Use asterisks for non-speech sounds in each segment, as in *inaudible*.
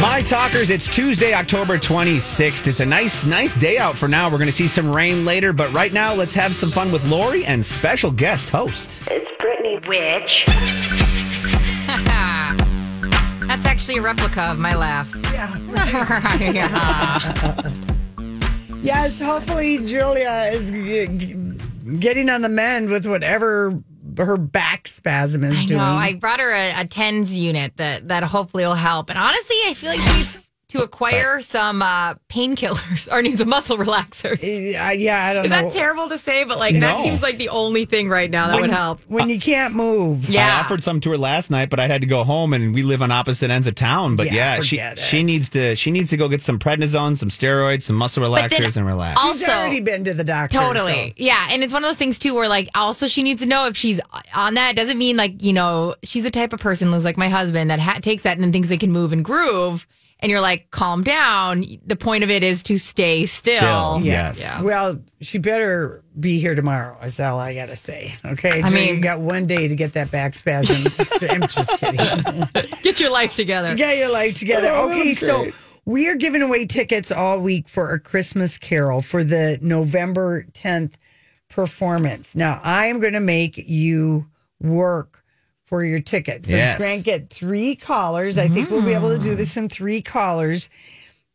My talkers, it's Tuesday, October 26th. It's a nice, nice day out for now. We're going to see some rain later, but right now, let's have some fun with Lori and special guest host. It's Brittany. Which? *laughs* That's actually a replica of my laugh. *laughs* *laughs* Yeah. Yes, hopefully Julia is g- g- getting on the mend with whatever her back spasm is I doing. know. I brought her a, a tens unit that that hopefully will help. And honestly, I feel like she needs to acquire some uh, painkillers *laughs* or needs a muscle relaxers. yeah, I- yeah, I don't Is know. that terrible to say? But like No. that seems like the only thing right now that would help. When you can't move. I Yeah. offered some to her last night, but I had to go home, and we live on opposite ends of town. But yeah, Yeah, she forget it. she needs to she needs to go get some prednisone, some steroids, some muscle But then relaxers, and relax. She's already been to the doctor. Totally. Yeah. And it's one of those things too where like also she needs to know if she's on that. It doesn't mean like, you know, she's the type of person who's like my husband that ha- takes that and then thinks they can move and groove. And you're like, calm down. The point of it is to stay still. Still, so- yes. Yeah. Well, she better be here tomorrow. Is all I gotta say. Okay, I Jill, mean- you got one day to get that *laughs* back spasm. I'm just kidding. Get your life together. Get your life together. Oh, that okay, was so great. we are giving away tickets all week for a Christmas Carol for the November 10th performance. Now, I am going to make you work for your tickets. So Yes. Grant, get three callers. I think we'll be able to do this in three callers.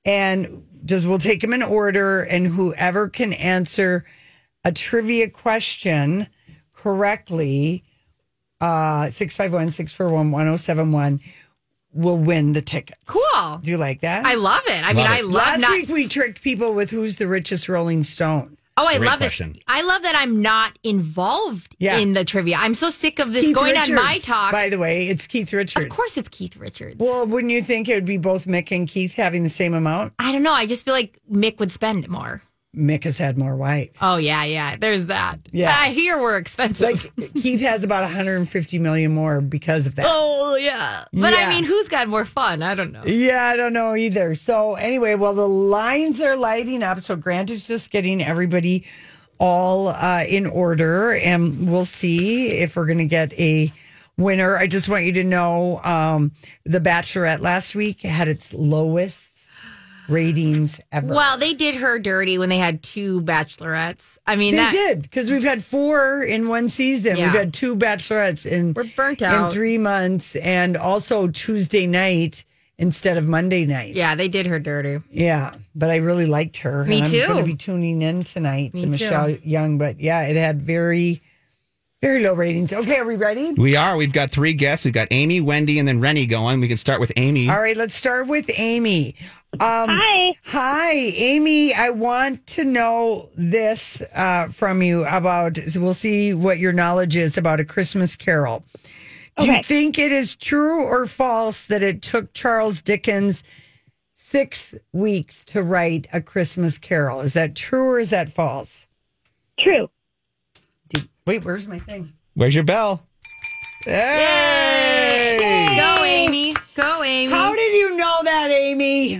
And just we'll take them in order, and whoever can answer a trivia question correctly, uh, 651 641 1071 will win the tickets. Cool. Do you like that? I love it. I Love mean, it. I love Last not. week we tricked people with who's the richest Rolling Stone. Oh, I Great love question. this. I love that I'm not involved Yeah. in the trivia. I'm so sick of this Keith going on my Richards, talk. By the way, it's Keith Richards. of course, it's Keith Richards. Well, wouldn't you think it would be both Mick and Keith having the same amount? I don't know. I just feel like Mick would spend more. Mick has had more wives. Oh yeah, yeah. There's that. Yeah. I hear we're expensive. *laughs* Like Keith has about 150 million more because of that. *laughs* oh yeah. But Yeah. I mean, who's got more fun? I don't know. Yeah, I don't know either. So anyway, well, the lines are lighting up. So Grant is just getting everybody all uh, in order, and we'll see if we're going to get a winner. I just want you to know um, the Bachelorette last week had its lowest ratings ever. Well, they did her dirty when they had two bachelorettes. I mean, they that did because we've had four in one season. Yeah. We've had two Bachelorettes in We're burnt in out. three months, and also Tuesday night instead of Monday night. yeah, they did her dirty. Yeah, but I really liked her. Me and I'm too. going to be tuning in tonight Me to too. Michelle Young, but yeah, it had very, very low ratings. Okay, are we ready? We are. We've got three guests. We've got Amy, Wendy, and then Rennie going. We can start with Amy. All right, let's start with Amy. Um, Hi. Hi, Amy. I want to know this uh, from you about. We'll see what your knowledge is about a Christmas Carol. Do you Okay. think it is true or false that it took Charles Dickens six weeks to write a Christmas Carol? Is that true or is that false? True. Do- Wait, where's my thing? Where's your bell? Hey! Go Amy. Go Amy. How did you know that, Amy?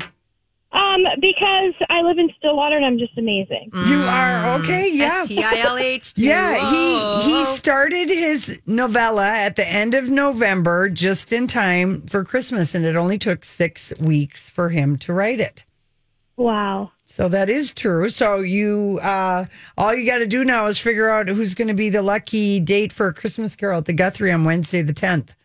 Um, because I live in Stillwater and I'm just amazing. You are okay. Yeah. S T I L H. Yeah, he he started his novella at the end of November, just in time for Christmas, and it only took six weeks for him to write it. Wow. So that is true. So you, uh, all you got to do now is figure out who's going to be the lucky date for a Christmas Carol at the Guthrie on Wednesday the tenth.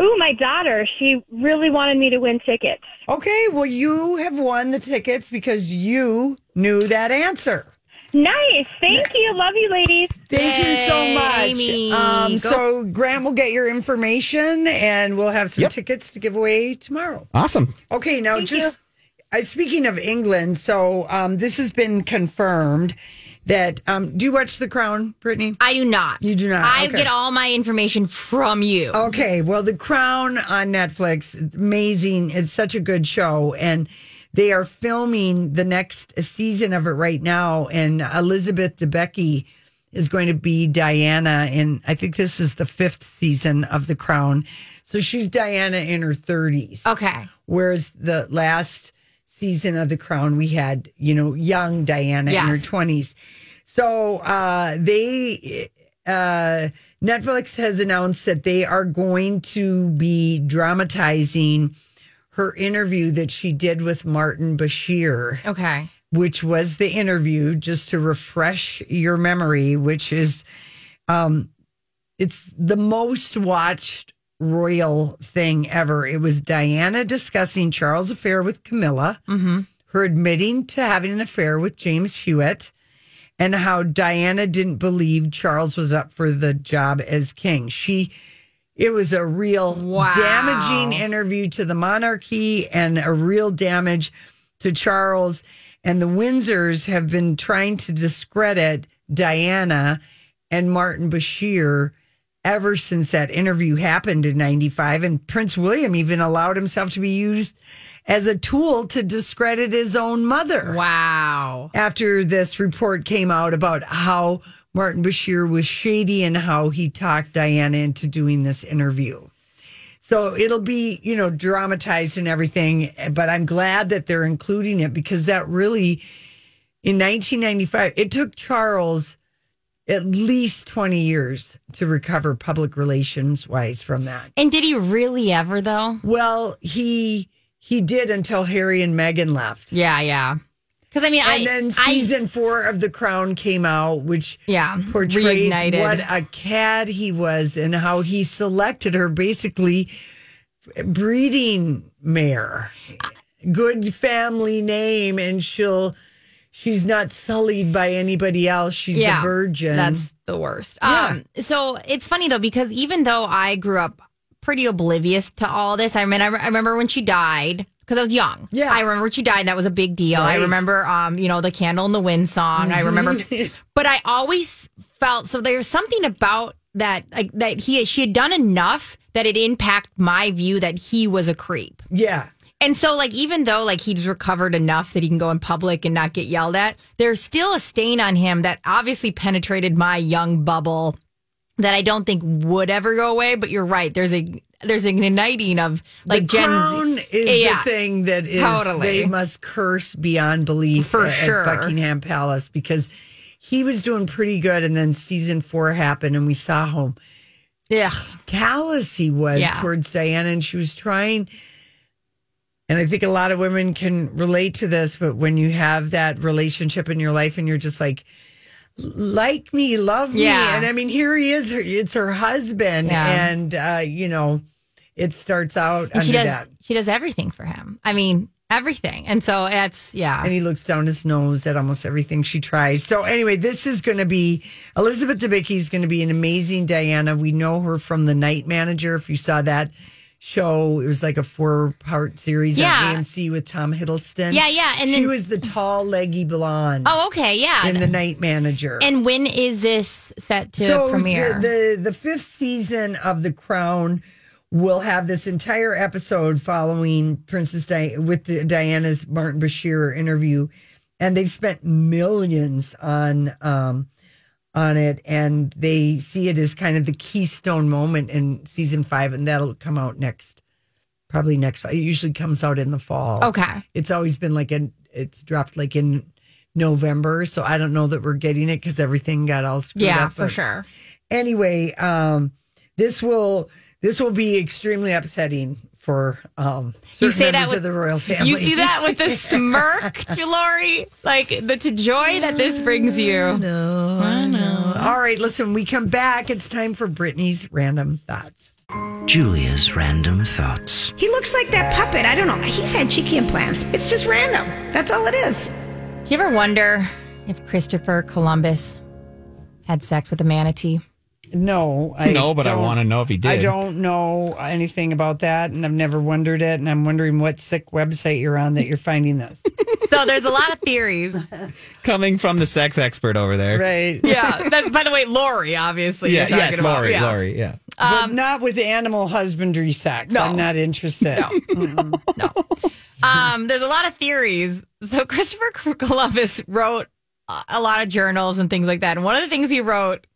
Ooh, my daughter. She really wanted me to win tickets. Okay, well, you have won the tickets because you knew that answer. Nice. Thank you. Love you, ladies. Thank you so Yay, much. Amy. Go. Um, so Grant will get your information, and we'll have some Yep. tickets to give away tomorrow. Awesome. Okay, now just uh, speaking of England, so um, this has been confirmed that. Um, do you watch The Crown, Brittany? I do not. You do not, I okay. Oh. get all my information from you. Okay, well, The Crown on Netflix, it's amazing. It's such a good show, and they are filming the next season of it right now. And Elizabeth Debicki is going to be Diana, and I think this is the fifth season of The Crown. So she's Diana in her thirties. Okay. Whereas the last season of The Crown, we had, you know, young Diana in her Yes. 20s. So uh, they, uh, Netflix has announced that they are going to be dramatizing her interview that she did with Martin Bashir Okay. which was the interview, just to refresh your memory, which is um it's the most watched royal thing ever. It was Diana discussing Charles' affair with Camilla, her admitting to having an affair with James Hewitt, and how Diana didn't believe Charles was up for the job as king. She it was a real Wow. damaging interview to the monarchy and a real damage to Charles. And the Windsors have been trying to discredit Diana and Martin Bashir ever since that interview happened in 95. And Prince William even allowed himself to be used as a tool to discredit his own mother Wow. after this report came out about how Martin Bashir was shady and how he talked Diana into doing this interview. So it'll be, you know, dramatized and everything, but I'm glad that they're including it because that really, in 1995, it took Charles at least 20 years to recover public relations wise from that. And did he really ever though? Well, he he did until Harry and Meghan left. Yeah, yeah. Because I mean, I and then I- season four of The Crown came out, which Yeah, portrays reignited. what a cad he was and how he selected her, basically breeding mare, good family name, and she'll she's not sullied by anybody else. She's a virgin. That's the worst. Yeah. Um, so it's funny though because even though I grew up pretty oblivious to all this, I mean, I, re- I remember when she died because I was young. Yeah. I remember when she died. That was a big deal. I Right. remember, um, you know, the Candle in the Wind song. I remember, Mm-hmm. *laughs* but I always felt so. There's something about that, like that he she had done enough that it impacted my view that he was a creep. yeah. And so, like, even though like he's recovered enough that he can go in public and not get yelled at, there's still a stain on him that obviously penetrated my young bubble that I don't think would ever go away. But you're right. There's a there's an igniting of like the Gen crown Z. is Yeah. the thing that is Totally. they must curse beyond belief For at, at sure. Buckingham Palace because he was doing pretty good and then season four happened and we saw how Ugh. callous he was Yeah. towards Diana and she was trying and I think a lot of women can relate to this, but when you have that relationship in your life and you're just like like me, love me. Yeah. And I mean, here he is. her- It's her husband. Yeah. And, uh, you know, it starts out And she under does that. she does everything for him. I mean everything. And so that's yeah. and he looks down his nose at almost everything she tries. So anyway, this is going to be Elizabeth Debicki is going to be an amazing Diana. We know her from The Night Manager. If you saw that show, it was like a four-part series Yeah. on AMC with Tom Hiddleston. Yeah, yeah, and she then- was the tall, leggy blonde oh okay yeah. in The Night Manager. and when is this set to premiere? The, the the fifth season of The Crown will have this entire episode following Princess Di- with Di- Diana's Martin Bashir interview, and they've spent millions on um, on it, and they see it as kind of the keystone moment in season five, and that'll come out next, probably next. It usually comes out in the fall. okay. It's always been like an it's dropped like in November, so I don't know that we're getting it because everything got all screwed up. Yeah, for but- sure. Anyway, um, this will this will be extremely upsetting for um, You certain say that members with- of the royal family. You see *laughs* that *laughs* with the smirk, Lori? Like the to joy that this brings you. All right, listen. When we come back. It's time for Brittany's random thoughts. Julia's random thoughts. He looks like that puppet. I don't know. He's had cheeky implants. It's just random. That's all it is. Do you ever wonder if Christopher Columbus had sex with a manatee? No, I No, but I don't- wanna know if he did. I don't know anything about that, and I've never wondered it. And I'm wondering what sick website you're on that you're finding this. So there's a lot of theories. Coming from the sex expert over there. *laughs* right? *laughs* Yeah. That's, by the way, Lori, obviously. Yeah, you're talking yes, about. Lori, Yeah. Lori, yeah. but not with animal husbandry sex. No. I'm not interested. Um, there's a lot of theories. So Christopher Columbus wrote a- a lot of journals and things like that. And one of the things he wrote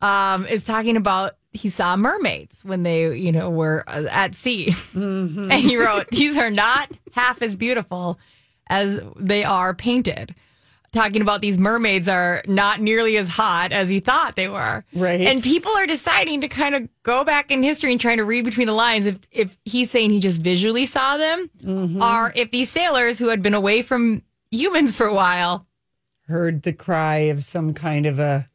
um, is talking about he saw mermaids when they, you know, were uh, at sea. And he wrote, "These are not half as beautiful as they are painted." Talking about these mermaids are not nearly as hot as he thought they were. Right. And people are deciding to kind of go back in history and trying to read between the lines if, if he's saying he just visually saw them or if these sailors who had been away from humans for a while. *laughs* Heard the cry of some kind of a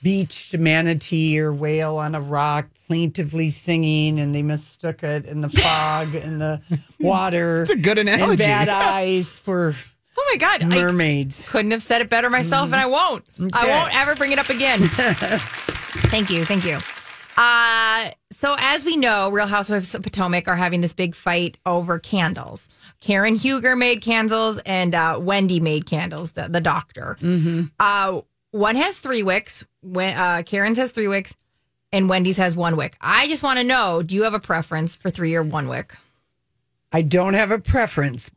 beached manatee or whale on a rock plaintively singing, and they mistook it in the fog and the water. It's a good analogy. And bad eyes for Oh my God. I mermaids. couldn't have said it better myself and I won't. I Okay. won't ever bring it up again. *laughs* thank you. Thank you. Uh, so as we know, Real Housewives of Potomac are having this big fight over candles. Karen Huger made candles and uh, Wendy made candles, the, the doctor. Uh, one has three wicks. When, uh, Karen's has three wicks and Wendy's has one wick. I just want to know, do you have a preference for three or one wick? I don't have a preference,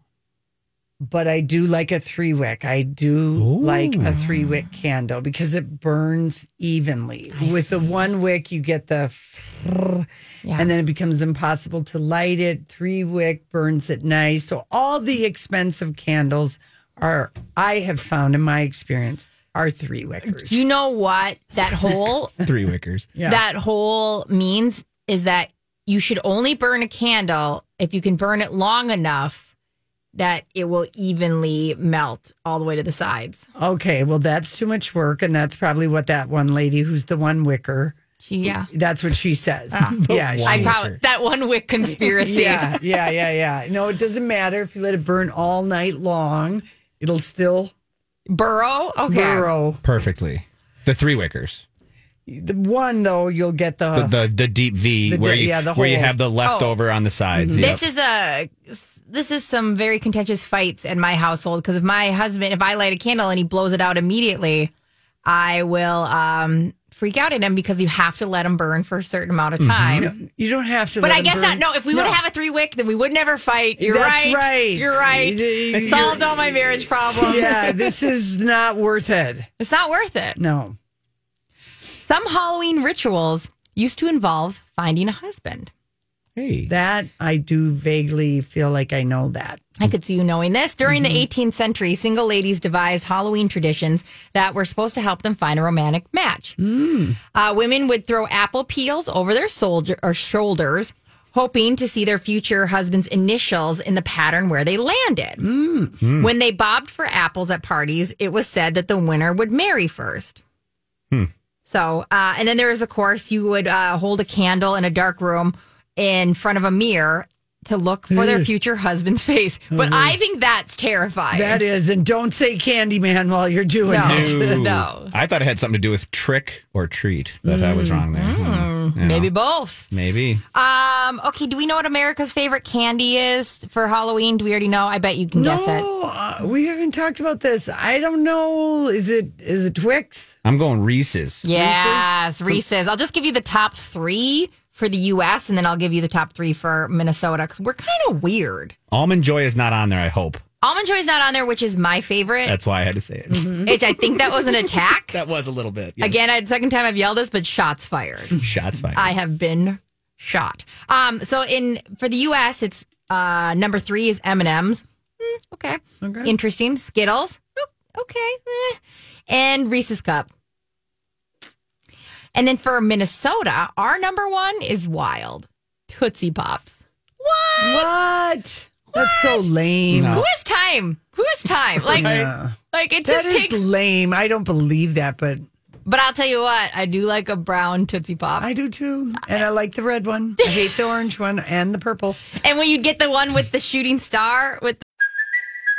but I do like a three wick. I do like a three wick candle because it burns evenly. With the one wick, you get the Yeah. and then it becomes impossible to light it. Three wick burns it nice. So all the expensive candles are I have found in my experience are three wickers. Do you know what *laughs* that whole Three wickers. that whole means is that you should only burn a candle if you can burn it long enough that it will evenly melt all the way to the sides. Okay, well that's too much work, and that's probably what that one lady who's the one wicker. yeah. That's what she says. Ah. *laughs* yeah, she- I probably that one wick conspiracy. *laughs* Yeah, yeah, yeah, yeah. No, it doesn't matter if you let it burn all night long; it'll still Burrow. Okay. burrow. Perfectly. The three wickers. The one though, you'll get the, the, the the deep V The where di- you yeah, the Oh. Mm-hmm. where you hole. have the leftover on the sides. Yep. This is a this is some very contentious fights in my household because if my husband if I light a candle and he blows it out immediately, I will um freak out at him because you have to let him burn for a certain amount of time. You don't have to. But let I it guess burn. not. No, if we would have a three wick, then we would never fight. You're That's right. right. You're right. You're- Solved all my marriage problems. *laughs* *laughs* yeah, this is not worth it. It's not worth it. No. Some Halloween rituals used to involve finding a husband. hey. That I do vaguely feel like I know that. I could see you knowing this. During Mm-hmm. the 18th century, single ladies devised Halloween traditions that were supposed to help them find a romantic match. Uh, women would throw apple peels over their soldier or shoulders, hoping to see their future husband's initials in the pattern where they landed. When they bobbed for apples at parties, it was said that the winner would marry first. So, uh, and then there is, of course, you would uh, hold a candle in a dark room in front of a mirror to look for their future husband's *laughs* face. But I think that's terrifying. That is, and don't say Candyman while you're doing No. it. No. *laughs* Ooh. I thought it had something to do with trick or treat, but I was wrong there. Hmm. Yeah. Mm-hmm. Maybe both. Maybe. Um, okay, do we know what America's favorite candy is for Halloween? Do we already know? I bet you can guess it. No, uh, we haven't talked about this. I don't know. Is it is it Twix? I'm going Reese's. Yes, Reese's. I'll just give you the top three for the U.S., and then I'll give you the top three for Minnesota because we're kind of weird. Almond Joy is not on there, I hope. Almond Joy's not on there, which is my favorite. That's why I had to say it. Which I think that was an *laughs* attack. that was a little bit. yes. Mm-hmm. Again, I, second time I've yelled this, but shots *laughs* fired. Shots fired. I have been shot. Um, so in for the U.S., it's uh, number three is M and M's. Hmm, Okay. okay, interesting. Skittles. Oh, Okay, Eh. and Reese's cup. And then for Minnesota, our number one is Wild Tootsie Pops. What? What? That's so lame. Who has *laughs* time? Who has time? Like, like it That just is takes lame. I don't believe that, but But I'll tell you what, I do like a brown Tootsie Pop. I do too. And I like the red one. I hate the orange one and the purple. and when you get the one with the shooting star with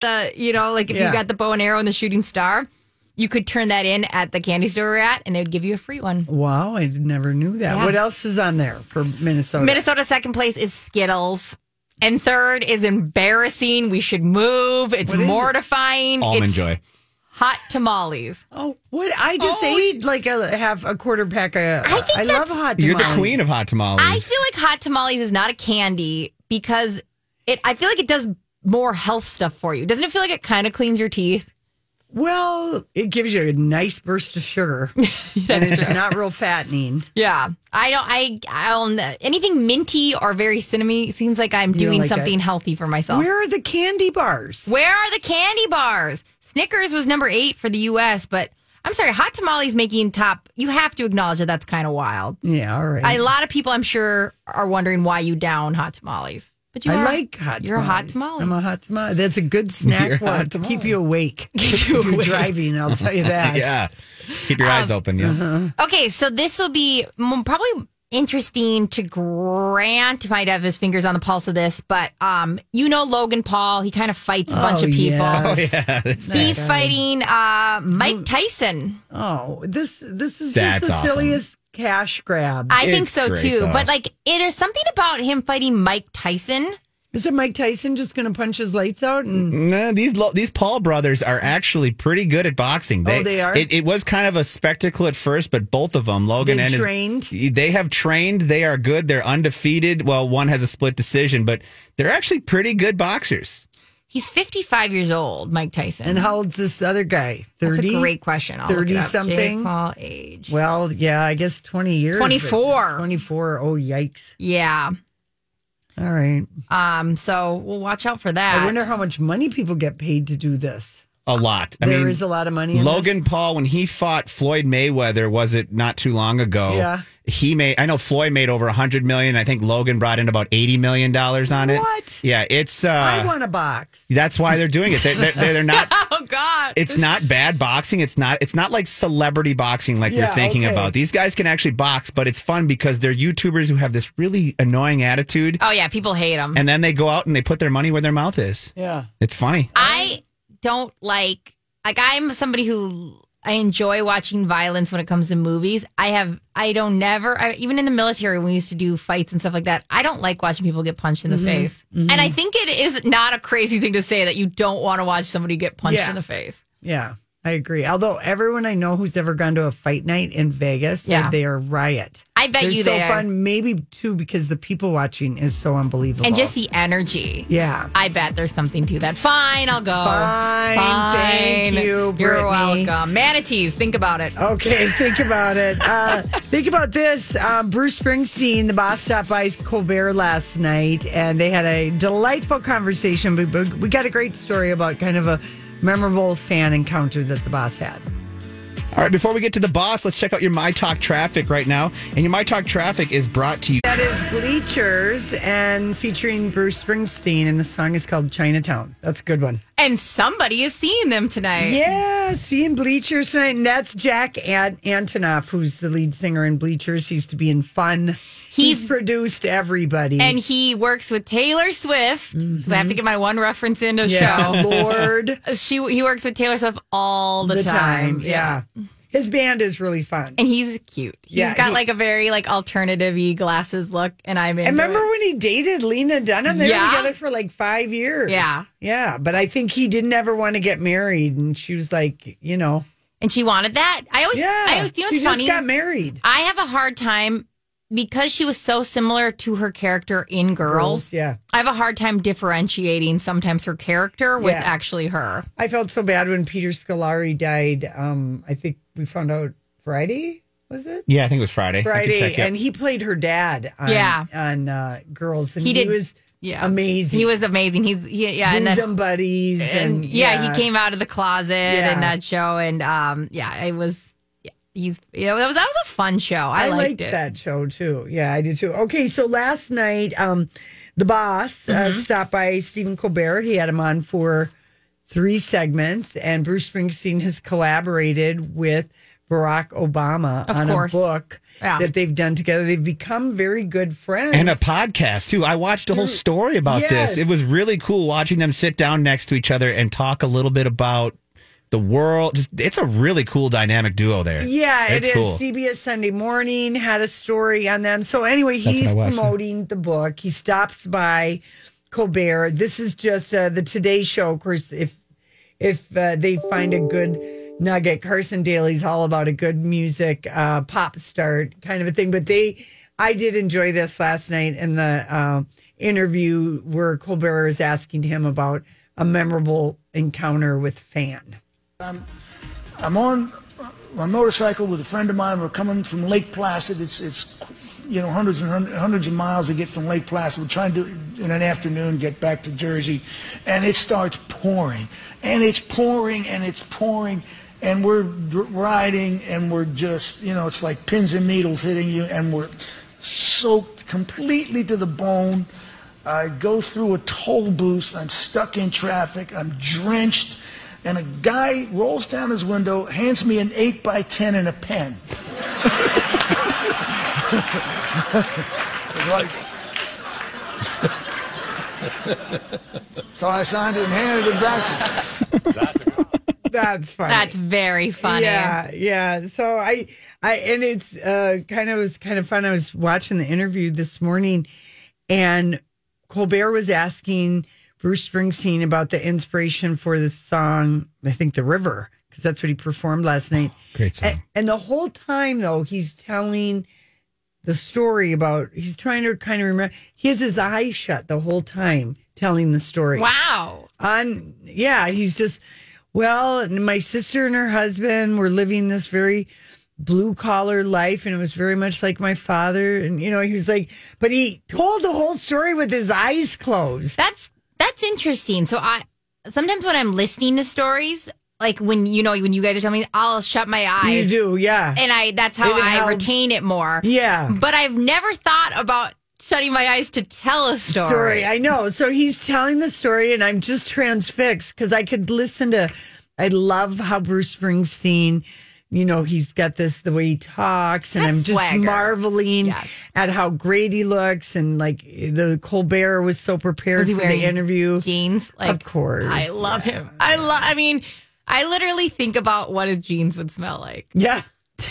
the, you know, like if Yeah. you got the bow and arrow and the shooting star, you could turn that in at the candy store we're at and they would give you a free one. Wow, I never knew that. Yeah. What else is on there for Minnesota? Minnesota second place is Skittles. And third is embarrassing. We should move. It's What is it? mortifying. Almond it's joy. hot tamales. oh, what? I just Oh, ate like a half a quarter pack of. I think love that's- hot You're the tamales. queen of hot tamales. I feel like hot tamales is not a candy because it I feel like it does more health stuff for you. Doesn't it feel like it kind of cleans your teeth? *laughs* Well, it gives you a nice burst of sugar, and it's not real fattening. *laughs* Yeah. I don't I I'll anything minty or very cinnamony seems like I'm doing like something it. healthy for myself. Where are the candy bars? Where are the candy bars? Snickers was number eight for the U.S., but I'm sorry, hot tamales making top. You have to acknowledge that that's kind of wild. Yeah, all right. A lot of people, I'm sure, are wondering why you down hot tamales. But you I are, like hot. You're tamales. a hot tamale. I'm a hot tamale. That's a good snack. You're a hot One to keep you awake. Keep you If you're awake. driving. I'll tell *laughs* you that. yeah. Keep your Um, eyes open. uh-huh. Yeah. okay, so this will be mm, probably interesting to Grant might have his fingers on the pulse of this, but um, you know Logan Paul, he kind of fights a bunch Oh, of people. *laughs* yes. Yeah. that's- He's fighting uh, Mike Tyson. Oh, this this is That's just the awesome. silliest cash grab. I think It's so great, too. though. But like, it, there's something about him fighting Mike Tyson. Is it Mike Tyson just going to punch his lights out? And Nah, these lo- these Paul brothers are actually pretty good at boxing. Oh, they are? It, it was kind of a spectacle at first, but both of them, Logan They've and his- trained? they have trained. They are good. They're undefeated. Well, one has a split decision, but they're actually pretty good boxers. He's 55 years old, Mike Tyson. and how old's this other guy? That's Thirty. a great question. I'll look it 30 up. something? Jake Paul age. Well, yeah, I guess twenty years. 24. Twenty four. Oh, yikes! Yeah. All right. Um. So we'll watch out for that. I wonder how much money people get paid to do this. A lot. I There is mean, a lot of money. In Logan Paul when he fought Floyd Mayweather was it not too long ago? Yeah. He made I know Floyd made over 100 million. I think Logan brought in about 80 million dollars on it. What? Yeah, it's uh This. I want a box. that's why they're doing it. They're, they're, they're not *laughs* oh God. it's not bad boxing. It's not it's not like celebrity boxing like Yeah, we're thinking okay. about. These guys can actually box, but it's fun because they're YouTubers who have this really annoying attitude oh yeah. People hate him. and then they go out and they put their money where their mouth is. Yeah. It's funny. I don't like. Like I'm somebody who I enjoy watching violence when it comes to movies. I have. I don't never. I, even in the military, when we used to do fights and stuff like that, I don't like watching people get punched in Mm-hmm. the face. And I think it is not a crazy thing to say that you don't want to watch somebody get punched Yeah. in the face. Yeah, I agree. Although everyone I know who's ever gone to a fight night in Vegas said Yeah. they are riot. I bet They're you so they are. fun. Maybe too because the people watching is so unbelievable. And just the energy. yeah. I bet there's something to that. Fine, I'll go. Fine, thank you, You're Brittany. welcome. Manatees, think about it. *laughs* Okay, think about it. Uh, think about this. Um, Bruce Springsteen, the boss, stopped by Colbert last night, and they had a delightful conversation. We, we got a great story about kind of a memorable fan encounter that the boss had. All right, before we get to the boss, let's check out your My Talk traffic right now. And your My Talk traffic is brought to you That is Bleachers and featuring Bruce Springsteen, and the song is called Chinatown. That's a good one. And somebody is seeing them tonight. Yeah, seeing Bleachers tonight, and that's Jack An- Antonoff, who's the lead singer in Bleachers. He used to be in Fun. He's, He's- produced everybody. And he works with Taylor Swift. 'cause I have to get my one reference in to Mm-hmm. yeah, show. *laughs* Lord, She he works with Taylor Swift all the, the time. Yeah. His band is really fun. And he's cute. He's Yeah, got he- like a very like alternative y glasses look and I'm I into remember it. when he dated Lena Dunham. They Yeah. were together for like five years. Yeah. Yeah. But I think he didn't ever want to get married. And she was like, you know, and she wanted that. I always yeah. I always you know she it's just funny. got married. I have a hard time because she was so similar to her character in Girls. Yeah. I have a hard time differentiating sometimes her character with Yeah. actually her. I felt so bad when Peter Scolari died. Um, I think we found out Friday, was it? Yeah, I think it was Friday. I could Friday. check, yeah. And he played her dad on, Yeah. on uh, Girls. And He he, did- was yeah. amazing. He was amazing. He's he, yeah, and Bosom then buddies. And, and yeah, he came out of the closet Yeah. in that show, and um, yeah, it was yeah, he's yeah, that was that was a fun show. I, liked, it. that show too. Yeah, I did too. Okay, so last night, um, the boss Mm-hmm. uh, stopped by Stephen Colbert. He had him on for three segments, and Bruce Springsteen has collaborated with Barack Obama Of on course. a book Yeah. that they've done together. They've become very good friends. and a podcast too. I watched a whole story about Mm. Yes. this. It was really cool watching them sit down next to each other and talk a little bit about the world. Just it's a really cool dynamic duo there. Yeah, it's it is. cool. CBS Sunday Morning had a story on them. So anyway, what he's I watched, yeah. promoting the book. He stops by Colbert. This is just uh, the Today Show. Of course, if if uh, they find a good nugget, Carson Daly's all about a good music uh, pop start kind of a thing. But they, I did enjoy this last night in the uh, interview where Colbert is asking him about a memorable encounter with fan. I'm on my motorcycle with a friend of mine. We're coming from Lake Placid. It's it's you know hundreds and hun- hundreds of miles to get from Lake Placid. We're trying to in an afternoon get back to Jersey, and it starts pouring, and it's pouring, and it's pouring. And we're dr- riding, and we're just, you know, it's like pins and needles hitting you, and we're soaked completely to the bone. I go through a toll booth. I'm stuck in traffic. I'm drenched. And a guy rolls down his window, hands me an 8 by 10 and a pen. It's like- so I signed it and handed it back to him. That's funny. That's very funny. Yeah, yeah. So I, I, and it's uh, kind of it was kind of fun. I was watching the interview this morning, and Colbert was asking Bruce Springsteen about the inspiration for the song. I think the river because that's what he performed last night. Great song. And, and the whole time though, he's telling the story about he's trying to kind of remember. He has his eyes shut the whole time telling the story Wow. on yeah he's just well and my sister and her husband were living this very blue collar life and it was very much like my father and you know he was like but he told the whole story with his eyes closed That's that's interesting. So I sometimes when I'm listening to stories, like when you know when you guys are telling me, I'll shut my you eyes. do yeah And I that's how It I helps. retain it more. yeah But I've never thought about shutting my eyes to tell a story. I know. So he's telling the story, and I'm just transfixed because I could listen to. I love how Bruce Springsteen. You know, he's got this the way he talks, and That's I'm just swagger. marveling Yes. at how great he looks, and like the Colbert was so prepared Was he for wearing the interview. jeans? Like of course, I love him. I love. I mean, I literally think about what his jeans would smell like. Yeah. *laughs*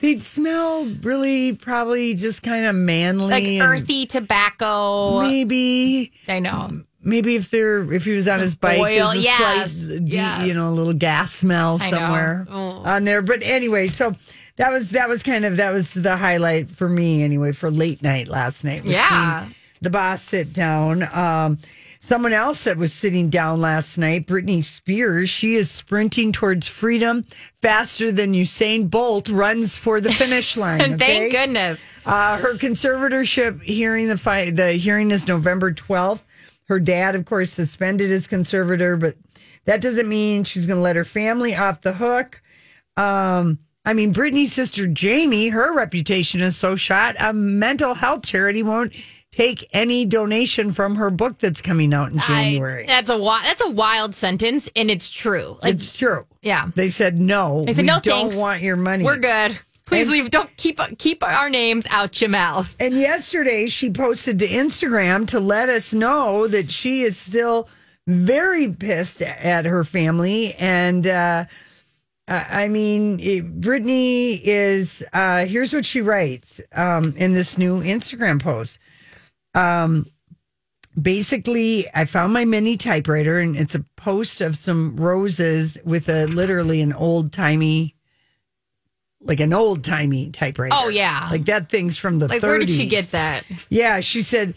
They'd smell really probably just kind of manly, Like and earthy tobacco. Maybe I know. maybe if they're if he was on his bike, oil, there's a yes, slight, uh, de- yes. you know, a little gas smell I know. somewhere Oh. on there. But anyway, so that was that was kind of that was the highlight for me anyway for late night last night. was Yeah. seeing the boss sit down. Um, someone else that was sitting down last night, Britney Spears. She is sprinting towards freedom faster than Usain Bolt runs for *laughs* the finish line. And okay? thank goodness. Uh, her conservatorship hearing the fi- the hearing is November twelfth. Her dad, of course, suspended his conservator, but that doesn't mean she's going to let her family off the hook. Um, I mean, Brittany's sister Jamie, her reputation is so shot. A mental health charity won't take any donation from her book that's coming out in January. I, that's a wild. That's a wild sentence, and it's true. Like, it's true. yeah. They said no. I said we no. Don't thanks. want your money. We're good. Please And- leave. Don't keep keep our names out your mouth. And yesterday she posted to Instagram to let us know that she is still very pissed at her family and uh, Uh, I mean, it, Brittany is, uh, here's what she writes um, in this new Instagram post. Um, basically, I found my mini typewriter, and it's a post of some roses with a literally an old timey, like an old timey typewriter. Oh, yeah. Like that thing's from the Like, where did she 30s. get that? Yeah, she said,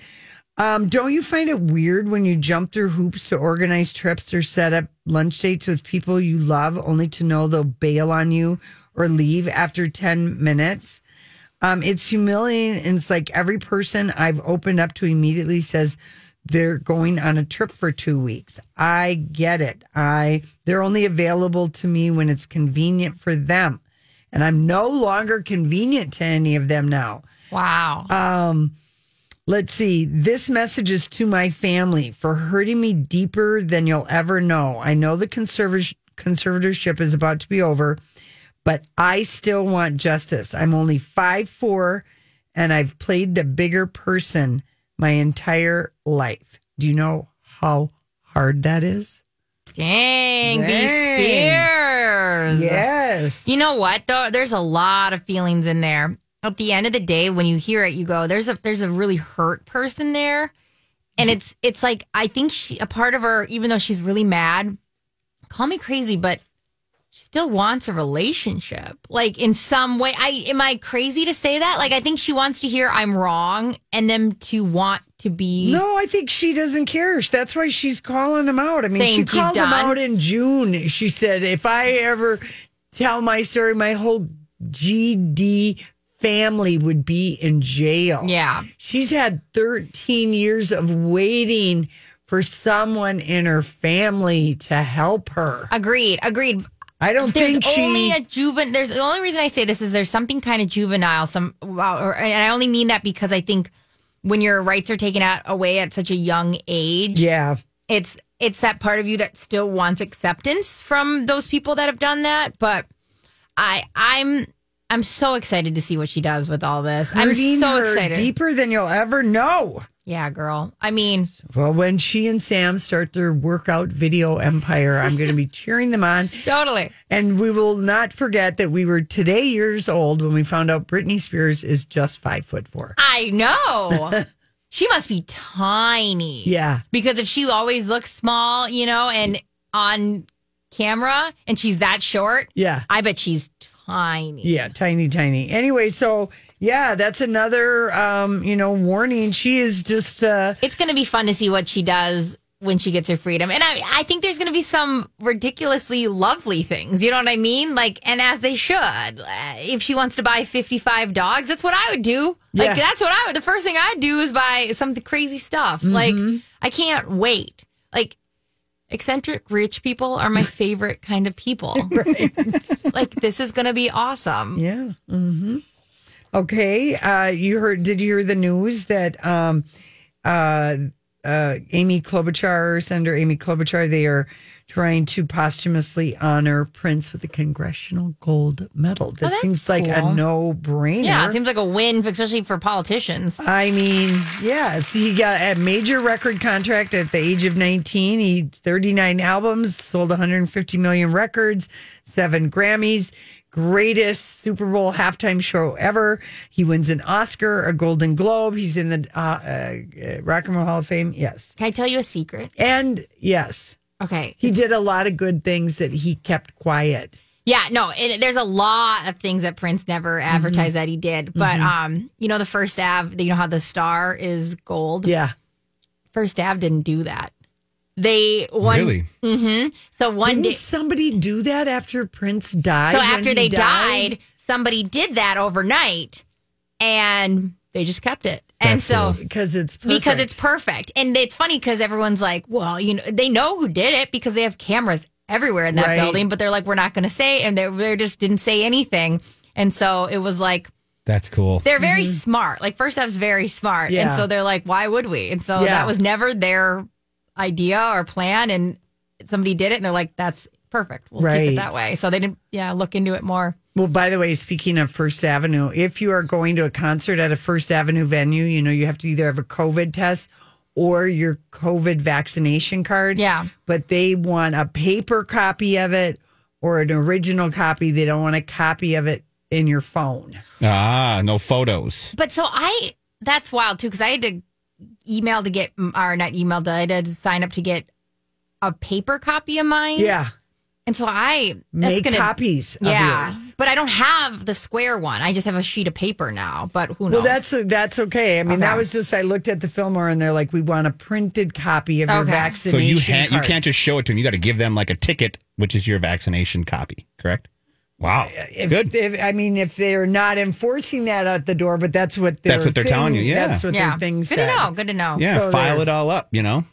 um, "Don't you find it weird when you jump through hoops to organize trips or set up lunch dates with people you love, only to know they'll bail on you or leave after ten minutes?" Um, it's humiliating, and it's like every person I've opened up to immediately says they're going on a trip for two weeks. I get it. I they're only available to me when it's convenient for them, and I'm no longer convenient to any of them now. Wow. Um, let's see. This message is to my family for hurting me deeper than you'll ever know. I know the conserv- conservatorship is about to be over, but I still want justice. I'm only five four, and I've played the bigger person my entire life. Do you know how hard that is? Dang, B. Dang. Spears. Yes. You know what though? There's a lot of feelings in there. At the end of the day, when you hear it, you go, "There's a there's a really hurt person there," and it's it's like I think she, a part of her, even though she's really mad, call me crazy, but she still wants a relationship. Like in some way, I am I crazy to say that? Like I think she wants to hear I'm wrong, and them to want to be No, I think she doesn't care. That's why she's calling him out. I mean, Saying she she's called him done. out in June. She said, if I ever tell my story, my whole GD family would be in jail. Yeah. She's had 13 years of waiting for someone in her family to help her. agreed, agreed. I don't There's think she. only a juvenile. There's the only reason I say this is there's something kind of juvenile. Some wow, or, and I only mean that because I think when your rights are taken out away at such a young age, yeah. it's it's that part of you that still wants acceptance from those people that have done that. But I I'm I'm so excited to see what she does with all this. I'm Hurting so her excited. Deeper than you'll ever know. yeah, girl. I mean, Well, when she and Sam start their workout video empire, I'm going to be cheering them on. totally. And we will not forget that we were today years old when we found out Britney Spears is just five foot four. I *laughs* know. she must be tiny. Yeah. because if she always looks small, you know, and on camera and she's that short, Yeah. I bet she's tiny. Yeah. Tiny, tiny. Anyway, so yeah, that's another, um, you know, warning. She is just, uh, It's going to be fun to see what she does when she gets her freedom. And I, I think there's going to be some ridiculously lovely things. You know what I mean? Like, and as they should. Uh, If she wants to buy 55 dogs, that's what I would do. Like, Yeah. that's what I would, the first thing I'd do is buy some crazy stuff. Mm-hmm. Like, I can't wait. Like, eccentric rich people are my favorite kind of *laughs* people. like this is going to be awesome. yeah. hmm Okay. Uh, you heard, did you hear the news that, um, uh, uh, Amy Klobuchar, Senator Amy Klobuchar, they are trying to posthumously honor Prince with a Congressional Gold Medal. This Oh, that's seems like cool. a no brainer. Yeah, it seems like a win, especially for politicians. I mean, yes, he got a major record contract at the age of 19. He 39 albums, sold 150 million records, 7 Grammys, greatest Super Bowl halftime show ever. He wins an Oscar, a Golden Globe, he's in the uh, uh, uh, Rock and Roll Hall of Fame. Yes. Can I tell you a secret? And yes, Okay. he did a lot of good things that he kept quiet. Yeah, no, it, there's a lot of things that Prince never Mm-hmm. advertised that he did. But um, you know the first Ave, you know how the star is gold. Yeah. First Ave didn't do that. They one Really? hmm So one Didn't day somebody do that after Prince died? So when after he they died? somebody did that overnight and they just kept it. and That's cool. so Because it's because perfect. it's perfect. And it's funny because everyone's like, well, you know, they know who did it because they have cameras everywhere in that Right. building, but they're like, we're not going to say, and they, they just didn't say anything. And so it was like, That's cool. they're very smart. Like, First Up's very smart. And Mm-hmm. Yeah. so they're like, why would we? And so Yeah. that was never their idea or plan. And somebody did it, and they're like, that's perfect. We'll keep it Right. that way. So they didn't, yeah, look into it more. Well, by the way, speaking of First Avenue, if you are going to a concert at a First Avenue venue, you know, you have to either have a COVID test or your COVID vaccination card. Yeah. But they want a paper copy of it or an original copy. They don't want a copy of it in your phone. Ah, no photos. But so I, that's wild too, because I had to email to get, or not email, I had to sign up to get a paper copy of mine. Yeah. And so I that's Make gonna, copies of Yeah, yours. but I don't have the square one. I just have a sheet of paper now. But who knows? Well, that's that's okay. I mean, that Okay. was just I looked at the Fillmore and they're like, we want a printed copy of your Okay. So vaccination. you ha- you card." can't just show it to them. You got to give them like a ticket, which is your vaccination copy. Correct? Wow. If, Good. If, I mean, if they're not enforcing that out the door, but that's what their That's what they're thing- telling you, yeah. that's what yeah. their thing Good to said. know. Good to know. Yeah, So file there. it all up. You know.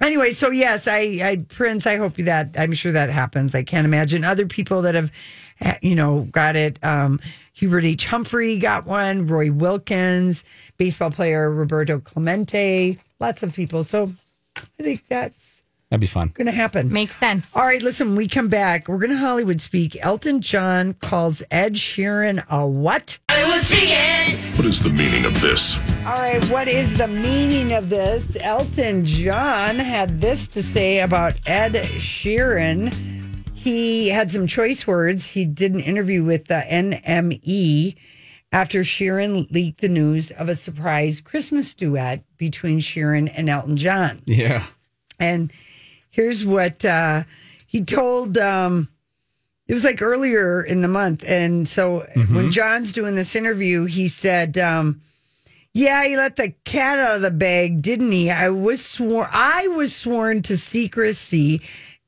Anyway, so yes, I, I Prince. I hope that I'm sure that happens. I can't imagine other people that have, eh, you know, got it. Um, Hubert H. Humphrey got one. Roy Wilkins, baseball player Roberto Clemente. Lots of people. So I think that's That'd be fun. going to happen. Makes sense. All right, listen, when we come back. We're going to Hollywood speak. Elton John calls Ed Sheeran a what? What is the meaning of this? All right, what is the meaning of this? Elton John had this to say about Ed Sheeran. He had some choice words. He did an interview with the NME after Sheeran leaked the news of a surprise Christmas duet between Sheeran and Elton John. Yeah. And here's what uh, he told. Um, it was like earlier in the month. And so when John's doing this interview, he said, um, yeah, he let the cat out of the bag, didn't he? I was sworn I was sworn to secrecy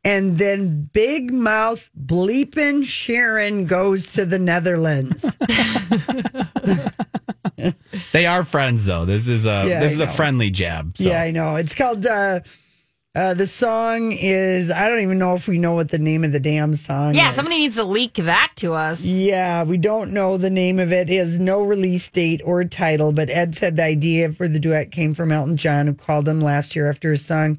and then big mouth bleeping Sharon goes to the Netherlands. They are friends though. This is a Yeah, this I is a know. friendly jab. So. Yeah, I know. It's called uh uh, the song is I don't even know if we know what the name of the damn song Yeah, is. somebody needs to leak that to us. Yeah, we don't know the name of it. It has no release date or title, but Ed said the idea for the duet came from Elton John, who called him last year after his song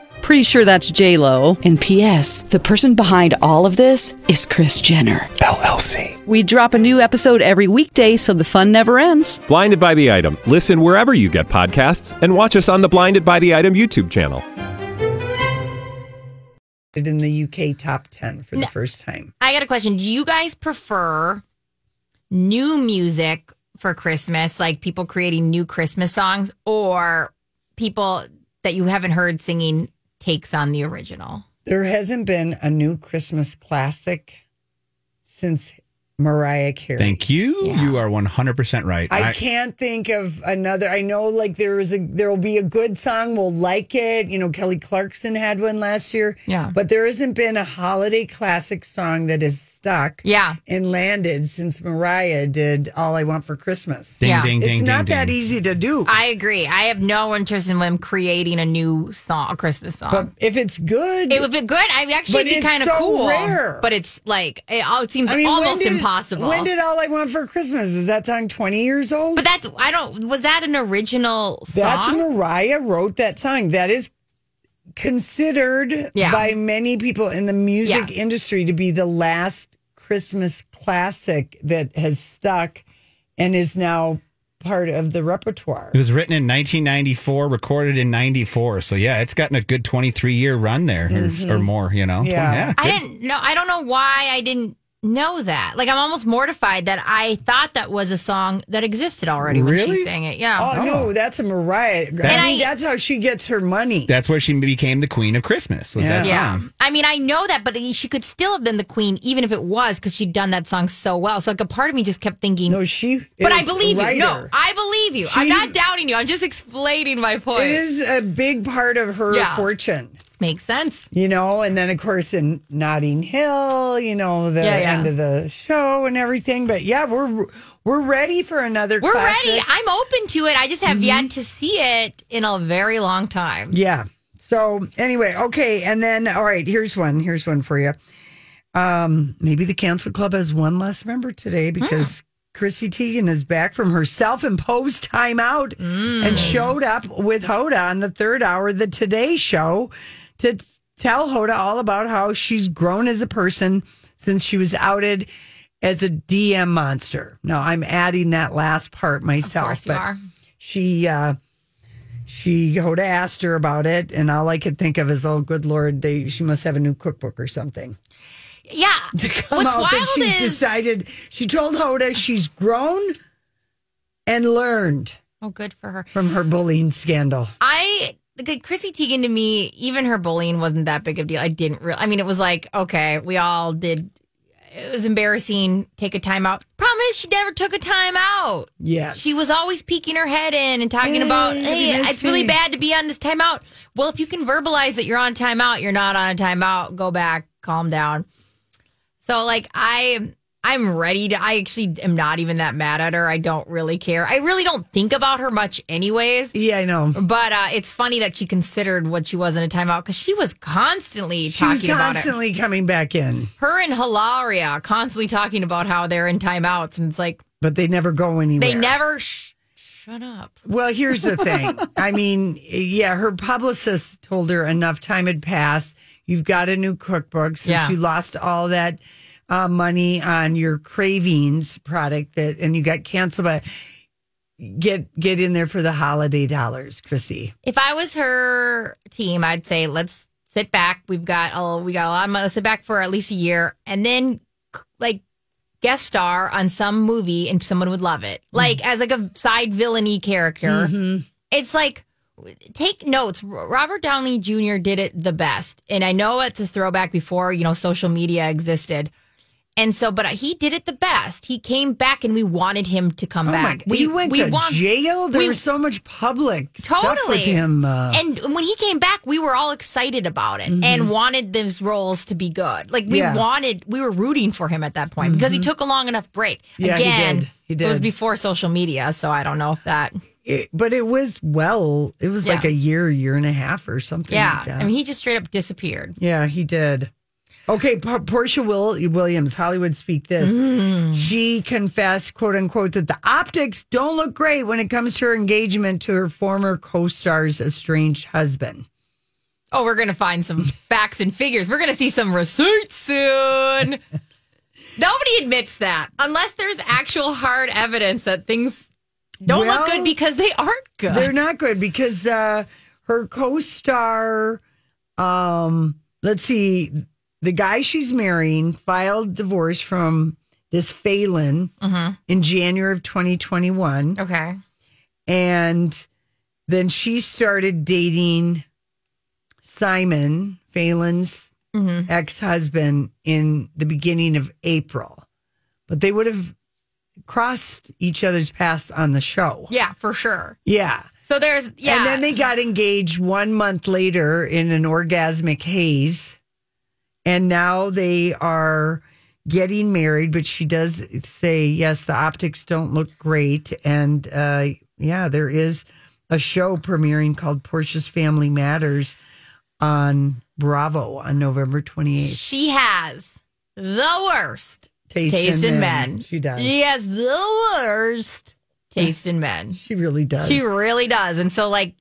Pretty sure that's J Lo. And P.S. The person behind all of this is Chris Jenner LLC. We drop a new episode every weekday, so the fun never ends. Blinded by the item. Listen wherever you get podcasts, and watch us on the Blinded by the Item YouTube channel. in the UK top 10 for the first time. I got a question. Do you guys prefer new music for Christmas, like people creating new Christmas songs, or people that you haven't heard singing takes on the original? There hasn't been a new Christmas classic since Mariah Carey. Thank you. You are one hundred percent right. I can't think of another. I know, like there is a there will be a good song. We'll like it. You know, Kelly Clarkson had one last year. Yeah. but there hasn't been a holiday classic song that has stuck. Yeah. and landed since Mariah did "All I Want for Christmas." Ding, Yeah. ding, It's ding, not ding, that ding. easy to do. I agree. I have no interest in them creating a new song, a Christmas song. But if it's good, it would be good. I would actually But be it's kind of so cool. rare. But it's like it, all- it seems I mean, when almost did- impossible. When did "All I Want for Christmas"? Is that song twenty years old? but that's I don't was that an original song? That's Mariah wrote that song. That is considered Yeah. by many people in the music Yeah. industry to be the last Christmas classic that has stuck and is now part of the repertoire. It was written in 1994, recorded in 94. So yeah, it's gotten a good 23 year run there or, or more, you know. Mm-hmm. Yeah. I good. didn't know. I don't know why I didn't know that. Like I'm almost mortified that I thought that was a song that existed already when she Really? sang it. Yeah. Oh, no, that's a Mariah. I That- mean, that's how she gets her money. That's where she became the queen of Christmas. Was that Yeah. song? I mean, I know that, but she could still have been the queen, even if it was, because she'd done that song so well. So, like, a part of me just kept thinking, No, she. but I is a believe you. No, writer. I believe you. I'm She- not doubting you. I'm just explaining my point. It is a big part of her Yeah. fortune. Makes sense. you know, and then of course in Notting Hill, you know, the Yeah, yeah. end of the show and everything. But yeah, we're we're ready for another. We're classic. Mm-hmm. ready. I'm open to it. I just have yet to see it in a very long time. Yeah. So anyway, okay, and then all right, here's one. Here's one for you. Um, maybe the Council Club has one less member Hmm. today because Chrissy Teigen is back from her self-imposed timeout Hmm. and showed up with Hoda on the third hour of the Today Show to Tell Hoda all about how she's grown as a person since she was outed as a DM monster. No, I'm adding that last part myself. course you but are. She, uh, she Hoda asked her about it, and all I could think of is, "Oh, good lord, they she must have a new cookbook or something." *laughs* Yeah. come What's out wild that she's is decided. She told Hoda she's grown and learned oh, good for her. from her bullying scandal. I like, Chrissy Teigen to me, even her bullying wasn't that big of a deal. I didn't really. I mean, it was like okay, we all did. It was embarrassing. Take a time out. Problem is, she never took a time out. Yes. She was always peeking her head in and talking Hey, about, you hey, missed it's really me." bad to be on this timeout. Well, if you can verbalize that you're on timeout, you're not on a timeout. Go back, calm down. So like I I'm ready to I actually am not even that mad at her. I don't really care. I really don't think about her much anyways. Yeah, I know. But uh it's funny that she considered what she was in a timeout cuz she was constantly She talking was about it. constantly coming back in, Her and Hilaria constantly talking about how they're in timeouts and it's like but they never go anywhere. they never sh- shut up. Well, here's the thing. I mean, yeah, her publicist told her enough time had passed. You've got a new cookbook since Yeah. you lost all that uh, money on your cravings product that, and you got canceled. But get get in there for the holiday dollars, Chrissy. If I was her team, I'd say let's sit back. We've got a we got a lot of money. Let's sit back for at least a year, and then c- like guest star on some movie, and someone would love it. Mm-hmm. Like as like a side villainy character. It's like take notes. R- Robert Downey Jr. did it the best, and I know it's a throwback before you know social media existed. And so, but he did it the best. He came back, and we wanted him to come Oh my- back. we went to want- jail. There we- was so much public Totally. stuff with him. Uh, and when he came back, we were all excited about it and wanted those roles to be good. Like we Mm-hmm. Yeah. Mm-hmm. wanted, we were rooting for him at that point because he took a long enough break. Yeah, he Again, did. He It was did. before social media, so I don't know if that. it- but it was well. It was Yeah. like a year, year and a half, or something. Yeah, like that. I mean, he just straight up disappeared. Yeah, he did. Okay, P- Portia Will Williams, Hollywood Speak This. She confessed, quote unquote, that the optics don't look great when it comes to her engagement to her former co-star's estranged husband. Oh, we're gonna find *laughs* some facts and figures. We're gonna see some receipts *laughs* soon. Nobody admits that unless there's actual hard evidence that things don't look Well, good because they aren't good. They're not good because uh, her co-star, um, let's see, the guy she's marrying filed divorce from this Phelan in January of 2021. okay. and then she started dating Simon Phelan's ex-husband in the beginning of April. But they would have crossed each other's paths on the show. Yeah, for sure. Yeah. So there's yeah. And then they got engaged one month later in an orgasmic haze. And now they are getting married, but she does say, yes, the optics don't look great. And uh, yeah, there is a show premiering called Portia's Family Matters on Bravo on November 28th. She has the worst Taste, in men. men. She does. She has the worst taste in men. She really does. She really does. And so, like,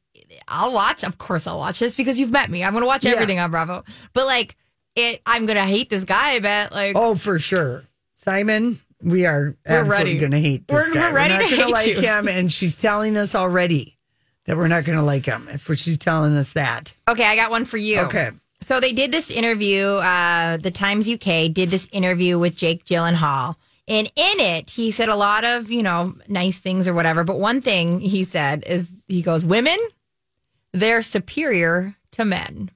I'll watch. Of course, I'll watch this because you've met me. I'm going to watch Yeah. everything on Bravo. But like, it, I'm going to hate this guy. I bet. Like, Oh, for sure. Simon, we are absolutely ready. going to hate this We're- guy. we're ready not to gonna hate like you. him, and she's telling us already that we're not going to like him. If she's telling us that, Okay, I got one for you. Okay. So they did this interview. Uh, the Times UK did this interview with Jake Gyllenhaal, and in it, he said a lot of you know nice things or whatever. But one thing he said is he goes, "Women, they're superior to men."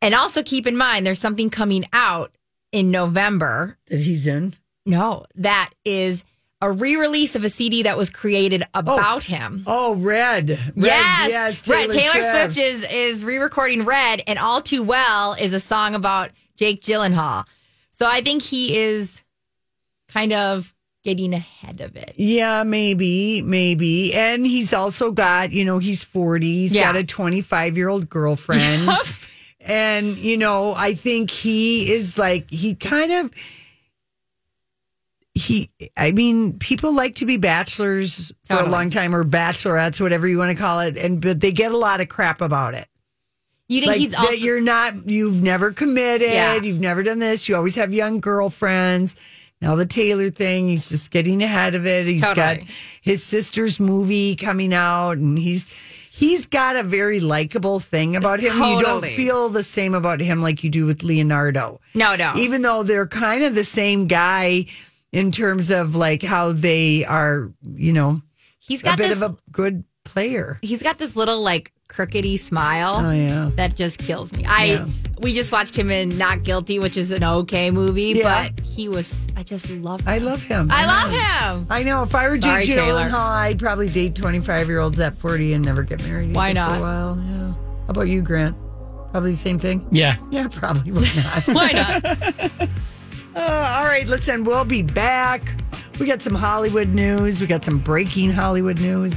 And also keep in mind, there's something coming out in November that he's in. no, that is a re-release of a CD that was created about him. Oh, Red. Red yes, Taylor, Red. Taylor Swift. Swift. is is re-recording Red, and All Too Well is a song about Jake Gyllenhaal. So I think he is kind of getting ahead of it. Yeah, maybe, maybe. And he's also got, you know, he's 40. He's Yeah. got a 25 year *laughs* old girlfriend. And, you know, I think he is like, he kind of, he, I mean, people like to be bachelors for a Totally. long time or bachelorettes, whatever you want to call it. And, but they get a lot of crap about it. You think Like, he's that also- you're not you've never committed, Yeah. you've never done this, you always have young girlfriends. Now the Taylor thing, he's just getting ahead of it. He's got Totally. his sister's movie coming out and he's he's got a very likable thing about him. You don't Totally. feel the same about him like you do with Leonardo. No, no. Even though they're kind of the same guy in terms of like how they are, you know, He's got a bit this- of a good player. he's got this little like crookedy smile Oh, yeah. that just kills me. I Yeah. we just watched him in Not Guilty, which is an okay movie, Yeah. but he was I just love him. I love him. I love him. I know. If I were Sorry, Jake Taylor. Gyllenhaal, I'd probably date 25 year olds at 40 and never get married. Why either For not? a while. Yeah. How about you, Grant? Probably the same thing? *laughs* Yeah. Yeah, probably would not. *laughs* Why not? Uh, all right, listen, we'll be back. We got some Hollywood news, we got some breaking Hollywood news.